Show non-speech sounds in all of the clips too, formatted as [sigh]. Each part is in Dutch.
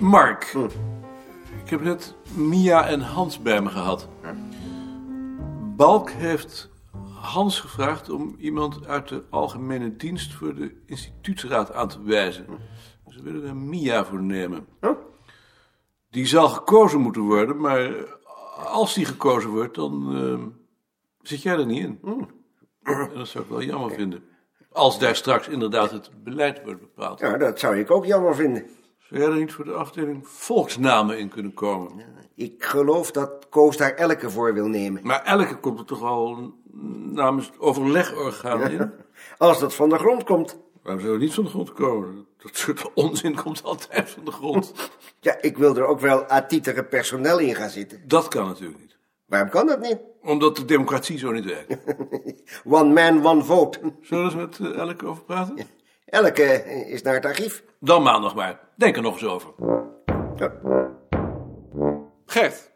Mark. Ik heb net Mia en Hans bij me gehad. Balk heeft Hans gevraagd om iemand uit de algemene dienst voor de instituutsraad aan te wijzen. Ze willen er Mia voor nemen. Die zal gekozen moeten worden, maar als die gekozen wordt, dan eh, zit jij er niet in. En dat zou ik wel jammer vinden. Als daar straks inderdaad het beleid wordt bepaald. Ja, Nou, dat zou ik ook jammer vinden. Zou jij er niet voor de afdeling volksnamen in kunnen komen? Ik geloof dat Koos daar elke voor wil nemen. Maar elke komt er toch al namens het overlegorgaan in? Als dat van de grond komt. Waarom zou het niet van de grond komen? Dat soort onzin komt altijd van de grond. Ja, ik wil er ook wel atietere personeel in gaan zitten. Dat kan natuurlijk niet. Waarom kan dat niet? Omdat de democratie zo niet werkt. One man, one vote. Zullen we er eens met eh, elke over praten? Elke eh, is naar het archief. Dan maandag maar. Denk er nog eens over. Ja. Gert.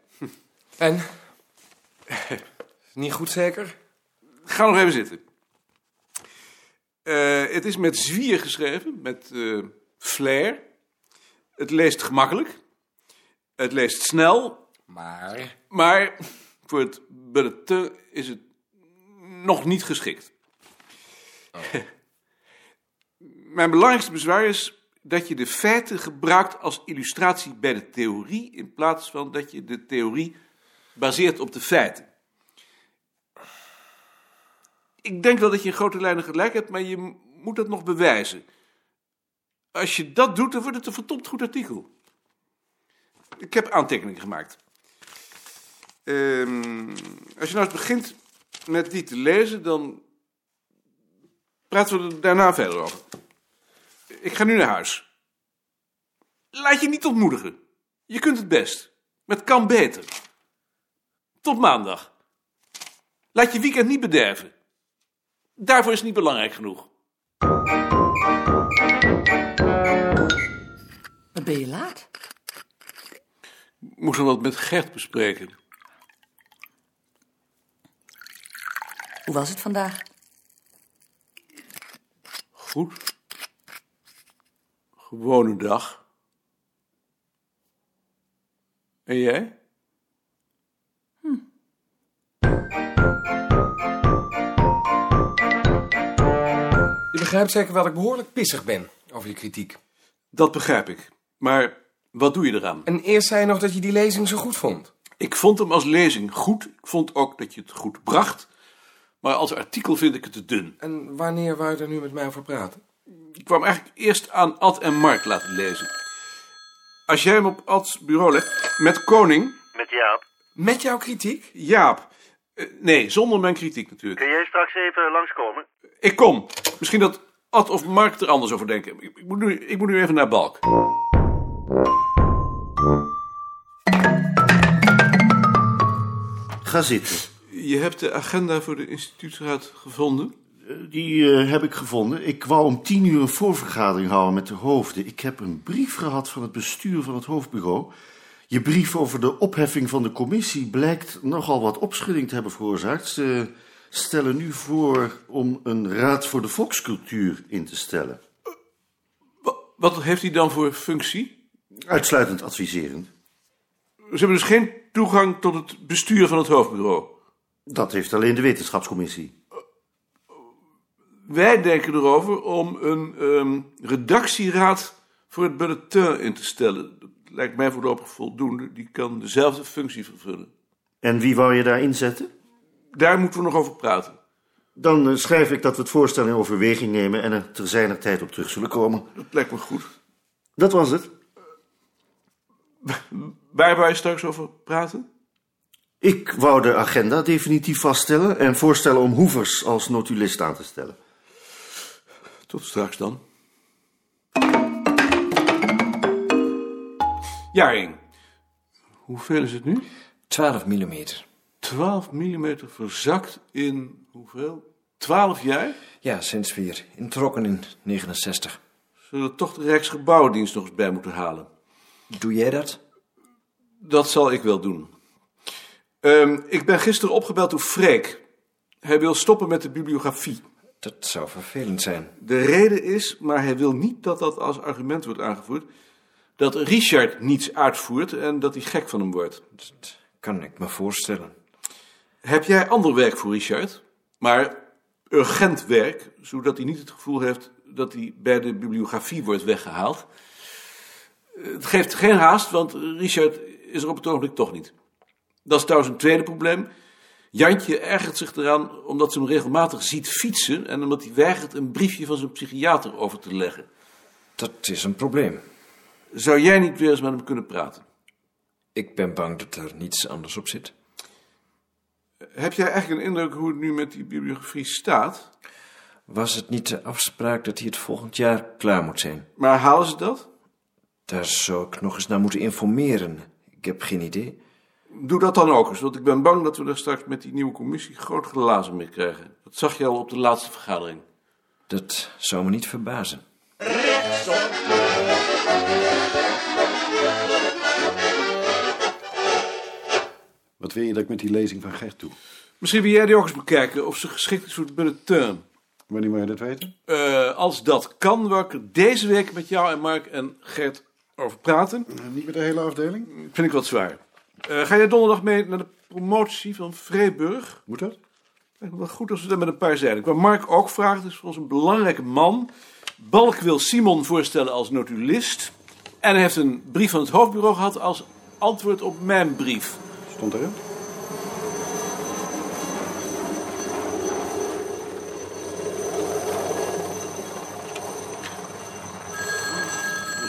En? [laughs] Niet goed zeker? Ga nog even zitten. Eh, het is met zwier geschreven, met eh, flair. Het leest gemakkelijk. Het leest snel. Maar? Maar voor het bulletin is het nog niet geschikt. Oh. [laughs] Mijn belangrijkste bezwaar is dat je de feiten gebruikt als illustratie bij de theorie... in plaats van dat je de theorie baseert op de feiten. Ik denk wel dat je in grote lijnen gelijk hebt, maar je m- moet dat nog bewijzen. Als je dat doet, dan wordt het een verdomd goed artikel. Ik heb aantekeningen gemaakt. Ehm, als je nou eens begint met die te lezen, dan praten we er daarna verder over. Ik ga nu naar huis. Laat je niet ontmoedigen. Je kunt het best. Maar het kan beter. Tot maandag. Laat je weekend niet bederven. Daarvoor is het niet belangrijk genoeg. Wat ben je laat? Ik moest nog wat met Gert bespreken. Hoe was het vandaag? Goed. Gewone dag. En jij? Je begrijpt zeker wel dat ik behoorlijk pissig ben over je kritiek. Dat begrijp ik. Maar wat doe je eraan? En eerst zei je nog dat je die lezing zo goed vond. Ik vond hem als lezing goed. Ik vond ook dat je het goed bracht. Maar als artikel vind ik het te dun. En wanneer wou je er nu met mij over praten? Ik kwam eigenlijk eerst aan Ad en Mark laten lezen. Als jij hem op Ads bureau legt, met koning, Met Jaap. Met jouw kritiek? Jaap. Eh, nee, zonder mijn kritiek natuurlijk. Kun jij straks even langskomen? Ik kom. Misschien dat Ad of Mark er anders over denken. Ik, ik moet, nu, ik moet nu even naar Balk. Ga zitten. Je hebt de agenda voor de instituutsraad gevonden. Die eh, heb ik gevonden. Ik wou om tien uur een voorvergadering houden met de hoofden. Ik heb een brief gehad van het bestuur van het hoofdbureau. Je brief over de opheffing van de commissie blijkt nogal wat opschudding te hebben veroorzaakt. Ze stellen nu voor om een raad voor de volkscultuur in te stellen. Wa- Wat heeft hij dan voor functie? Uitsluitend adviserend. Ze hebben dus geen toegang tot het bestuur van het hoofdbureau. Dat heeft alleen de wetenschapscommissie. Wij denken erover om een ehm, redactieraad voor het bulletin in te stellen. Dat lijkt mij voorlopig voldoende. Die kan dezelfde functie vervullen. En wie wou je daar inzetten? Daar moeten we nog over praten. Dan eh, schrijf ik dat we het voorstel in overweging nemen en er ter zijner tijd op terug zullen komen. Dat lijkt me goed. Dat was het. Waar wou je straks over praten? Ik wou de agenda definitief vaststellen en voorstellen om Hoevers als notulist aan te stellen. Tot straks dan. Jaring. Hoeveel is het nu? 12 millimeter. 12 mm verzakt in hoeveel? 12 jaar? Ja, sinds weer. Introkken in 69. Zullen we toch de Rijksgebouwdienst nog eens bij moeten halen? Doe jij dat? Dat zal ik wel doen. Ehm, ik ben gisteren opgebeld door Freek. Hij wil stoppen met de bibliografie. Dat zou vervelend zijn. De reden is, maar hij wil niet dat dat als argument wordt aangevoerd, dat Richard niets uitvoert en dat hij gek van hem wordt. Dat kan ik me voorstellen. Heb jij ander werk voor Richard, maar urgent werk, zodat hij niet het gevoel heeft dat hij bij de bibliografie wordt weggehaald? Eh, Het geeft geen haast, want Richard is er op het ogenblik toch niet. Dat is trouwens een tweede probleem. Jantje ergert zich eraan omdat ze hem regelmatig ziet fietsen en omdat hij weigert een briefje van zijn psychiater over te leggen. Dat is een probleem. Zou jij niet weer eens met hem kunnen praten? Ik ben bang dat er niets anders op zit. Heb jij eigenlijk een indruk hoe het nu met die bibliografie staat? Was het niet de afspraak dat hij het volgend jaar klaar moet zijn? Maar halen ze dat? Daar zou ik nog eens naar moeten informeren. Ik heb geen idee. Doe dat dan ook eens, want ik ben bang dat we er straks met die nieuwe commissie groot glazen mee krijgen. Dat zag je al op de laatste vergadering. Dat zou me niet verbazen. Wat wil je dat ik met die lezing van Gert doe? Misschien wil jij die ook eens bekijken of ze geschikt is voor het bulletin. Wanneer wil je dat weten? Eh, als dat kan, wil ik er deze week met jou en Mark en Gert over praten. Eh, Niet met de hele afdeling? Vind ik wat zwaar. Eh, ga jij donderdag mee naar de promotie van Vreeburg? Moet dat? Lijkt me Eh, wel goed als we dat met een paar zijn. Wat Mark ook vraagt is voor ons een belangrijke man. Balk wil Simon voorstellen als notulist. En hij heeft een brief van het hoofdbureau gehad als antwoord op mijn brief. Stond erin?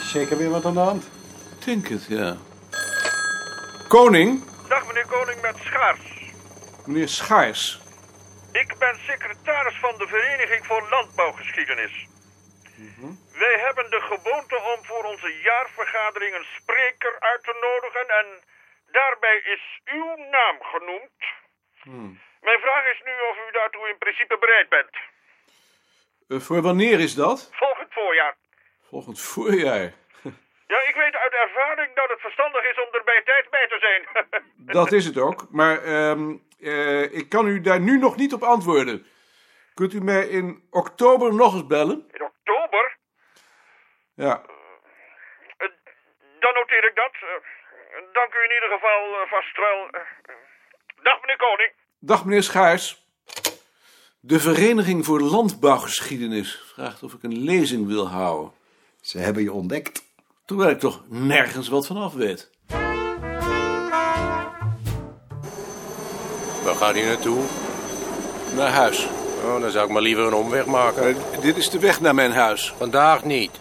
Is zeker weer wat aan de hand? Ik denk het, ja. Koning, Dag meneer Koning met Schaars. meneer Schaars. Ik ben secretaris van de Vereniging voor Landbouwgeschiedenis. Wij hebben de gewoonte om voor onze jaarvergadering een spreker uit te nodigen en daarbij is uw naam genoemd. Mijn vraag is nu of u daartoe in principe bereid bent. Eh, voor wanneer is dat? Volgend voorjaar. Volgend voorjaar. Ja, ik weet uit ervaring dat het verstandig is om er bij tijd bij te zijn. [laughs] Dat is het ook. Maar ehm, eh, ik kan u daar nu nog niet op antwoorden. Kunt u mij in oktober nog eens bellen? in oktober? Ja, Eh, Dan noteer ik dat. Eh, Dank u in ieder geval eh, vast wel. Eh, Dag meneer Koning. Dag meneer Schaars. De Vereniging voor Landbouwgeschiedenis vraagt of ik een lezing wil houden. Ze hebben je ontdekt. Terwijl ik toch nergens wat van af weet. Waar gaat hij naartoe? Naar huis. Oh, dan zou ik maar liever een omweg maken. Eh, dit is de weg naar mijn huis. Vandaag niet.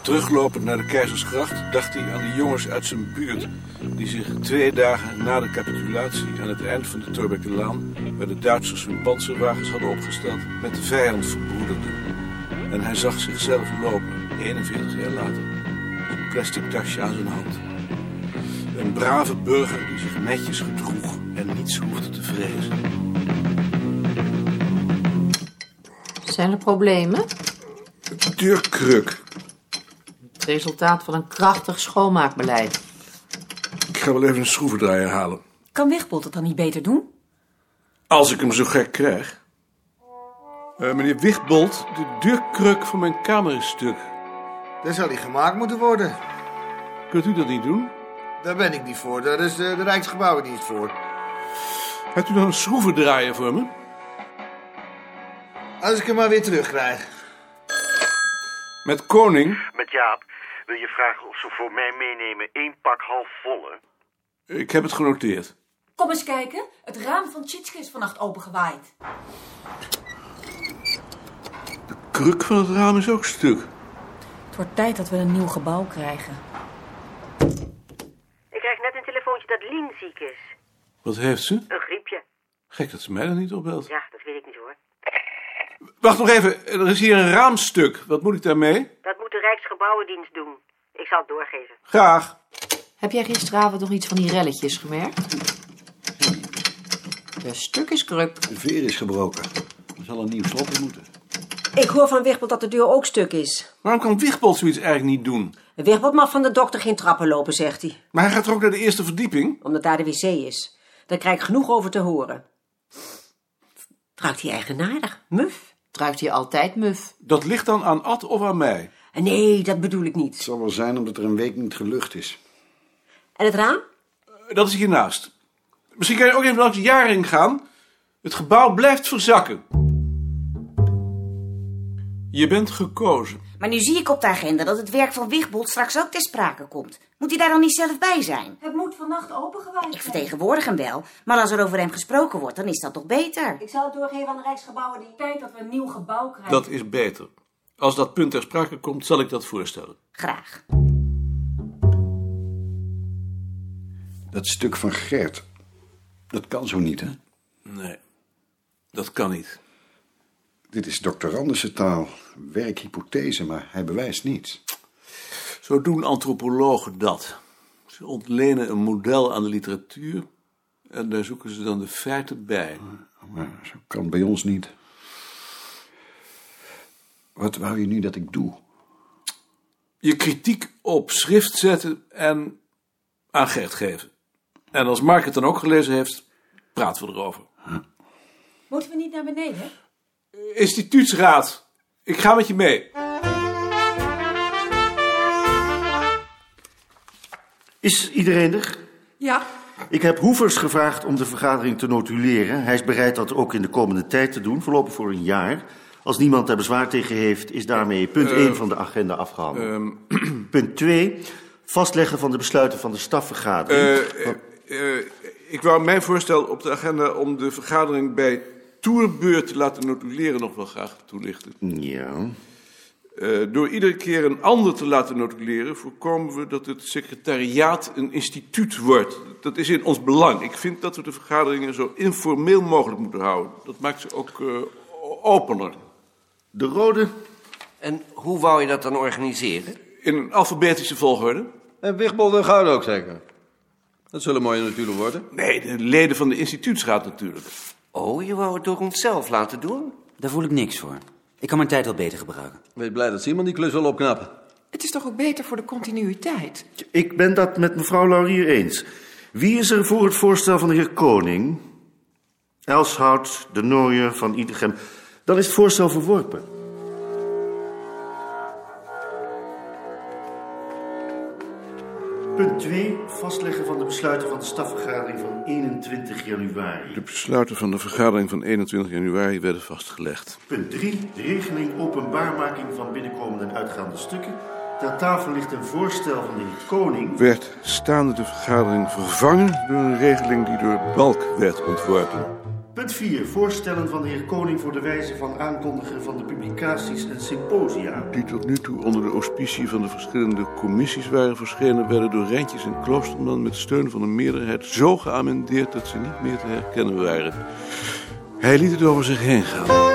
Teruglopend naar de Keizersgracht dacht hij aan de jongens uit zijn buurt. die zich twee dagen na de capitulatie aan het eind van de Torbekkelaan. waar de Duitsers hun panzerwagens hadden opgesteld. met de vijand verbroederden. En hij zag zichzelf lopen, 41 jaar later. Een plastic tasje aan zijn hand. Een brave burger die zich netjes gedroeg en niets hoefde te vrezen. Zijn er problemen? Deurkruk. Het resultaat van een krachtig schoonmaakbeleid. Ik ga wel even een schroevendraaier halen. Kan Wichbold het dan niet beter doen? Als ik hem zo gek krijg. Eh, meneer Wichtbold, de deurkruk van mijn kamer is stuk. Daar zal die gemaakt moeten worden. Kunt u dat niet doen? Daar ben ik niet voor. Daar is de, de Rijksgebouwendienst voor. Hebt u dan een schroevendraaier voor me? Als ik hem maar weer terugkrijg. Met koning? Met Jaap, wil je vragen of ze voor mij meenemen één pak half volle? Ik heb het genoteerd. Kom eens kijken. Het raam van Tjitske is vannacht opengewaaid. Kruk van het raam is ook stuk. Het wordt tijd dat we een nieuw gebouw krijgen. Ik krijg net een telefoontje dat Lien ziek is. Wat heeft ze? Een griepje. Gek dat ze mij dan niet opbelt. Ja, dat weet ik niet hoor. Wacht nog even, er is hier een raamstuk. Wat moet ik daarmee? Dat moet de Rijksgebouwendienst doen. Ik zal het doorgeven. Graag. Heb jij gisteravond nog iets van die relletjes gemerkt? De stuk is kruk. De veer is gebroken. Er zal een nieuw slot in moeten. Ik hoor van Wichbold dat de deur ook stuk is. Waarom kan Wichtbold zoiets eigenlijk niet doen? Wichbold mag van de dokter geen trappen lopen, zegt hij. Maar hij gaat er ook naar de eerste verdieping? Omdat daar de wc is. Daar krijg ik genoeg over te horen. Het ruikt hij eigenaardig. Muf. Druift hij altijd muf. Dat ligt dan aan Ad of aan mij. Nee, dat bedoel ik niet. Het zal wel zijn omdat er een week niet gelucht is. En het raam? Dat is hiernaast. Misschien kan je ook even langs de jaring gaan. Het gebouw blijft verzakken. Je bent gekozen. Maar nu zie ik op de agenda dat het werk van Wigbold straks ook ter sprake komt. Moet hij daar dan niet zelf bij zijn? Het moet vannacht opengewaaid Ik zijn. vertegenwoordig hem wel, maar als er over hem gesproken wordt, dan is dat toch beter? Ik zal het doorgeven aan de Rijksgebouwen die tijd dat we een nieuw gebouw krijgen. Dat is beter. Als dat punt ter sprake komt, zal ik dat voorstellen. Graag. Dat stuk van Gert, dat kan zo niet, hè? Nee, dat kan niet. Dit is doctorandische taal, werkhypothese, maar hij bewijst niets. Zo doen antropologen dat. Ze ontlenen een model aan de literatuur en daar zoeken ze dan de feiten bij. Maar zo kan bij ons niet. Wat wou je nu dat ik doe? Je kritiek op schrift zetten en aan Gert geven. En als Mark het dan ook gelezen heeft, praten we erover. Moeten we niet naar beneden? Instituutsraad, ik ga met je mee. Is iedereen er? Ja. Ik heb Hoevers gevraagd om de vergadering te notuleren. Hij is bereid dat ook in de komende tijd te doen, voorlopig voor een jaar. Als niemand daar bezwaar tegen heeft, is daarmee punt Eh, 1 van de agenda afgehandeld. Ehm, [clears throat] Punt 2, vastleggen van de besluiten van de stafvergadering. eh, eh, ik wou mijn voorstel op de agenda om de vergadering bij Tourbeurt te laten notuleren nog wel graag toelichten. Ja. Eh, door iedere keer een ander te laten notuleren, voorkomen we dat het secretariaat een instituut wordt. Dat is in ons belang. Ik vind dat we de vergaderingen zo informeel mogelijk moeten houden. Dat maakt ze ook eh, o- opener. De rode. En hoe wou je dat dan organiseren? In een alfabetische volgorde. En Wigbold en Gouden ook zeker? Dat zullen mooie natuurlijk worden. Nee, de leden van de instituutsraad natuurlijk. Oh, je wou het door onszelf laten doen? Daar voel ik niks voor. Ik kan mijn tijd wel beter gebruiken. Wees blij dat Simon die klus wil opknappen. Het is toch ook beter voor de continuïteit? Ik ben dat met mevrouw Laurier eens. Wie is er voor het voorstel van de heer Koning? Elshout, de Nooier, Van Idegem. Dan is het voorstel verworpen. Punt 2. Vastleggen van de besluiten van de stafvergadering van 21 januari. De besluiten van de vergadering van 21 januari werden vastgelegd. Punt 3. Regeling openbaarmaking van binnenkomende en uitgaande stukken. Ter tafel ligt een voorstel van de heer Koning. Werd staande de vergadering vervangen door een regeling die door Balk werd ontworpen. Punt 4. Voorstellen van de heer Koning voor de wijze van aankondigen van de publicaties en symposia. die tot nu toe onder de auspicie van de verschillende commissies waren verschenen, werden door Rijntjes en Kloosterman met steun van een meerderheid zo geamendeerd dat ze niet meer te herkennen waren. Hij liet het over zich heen gaan.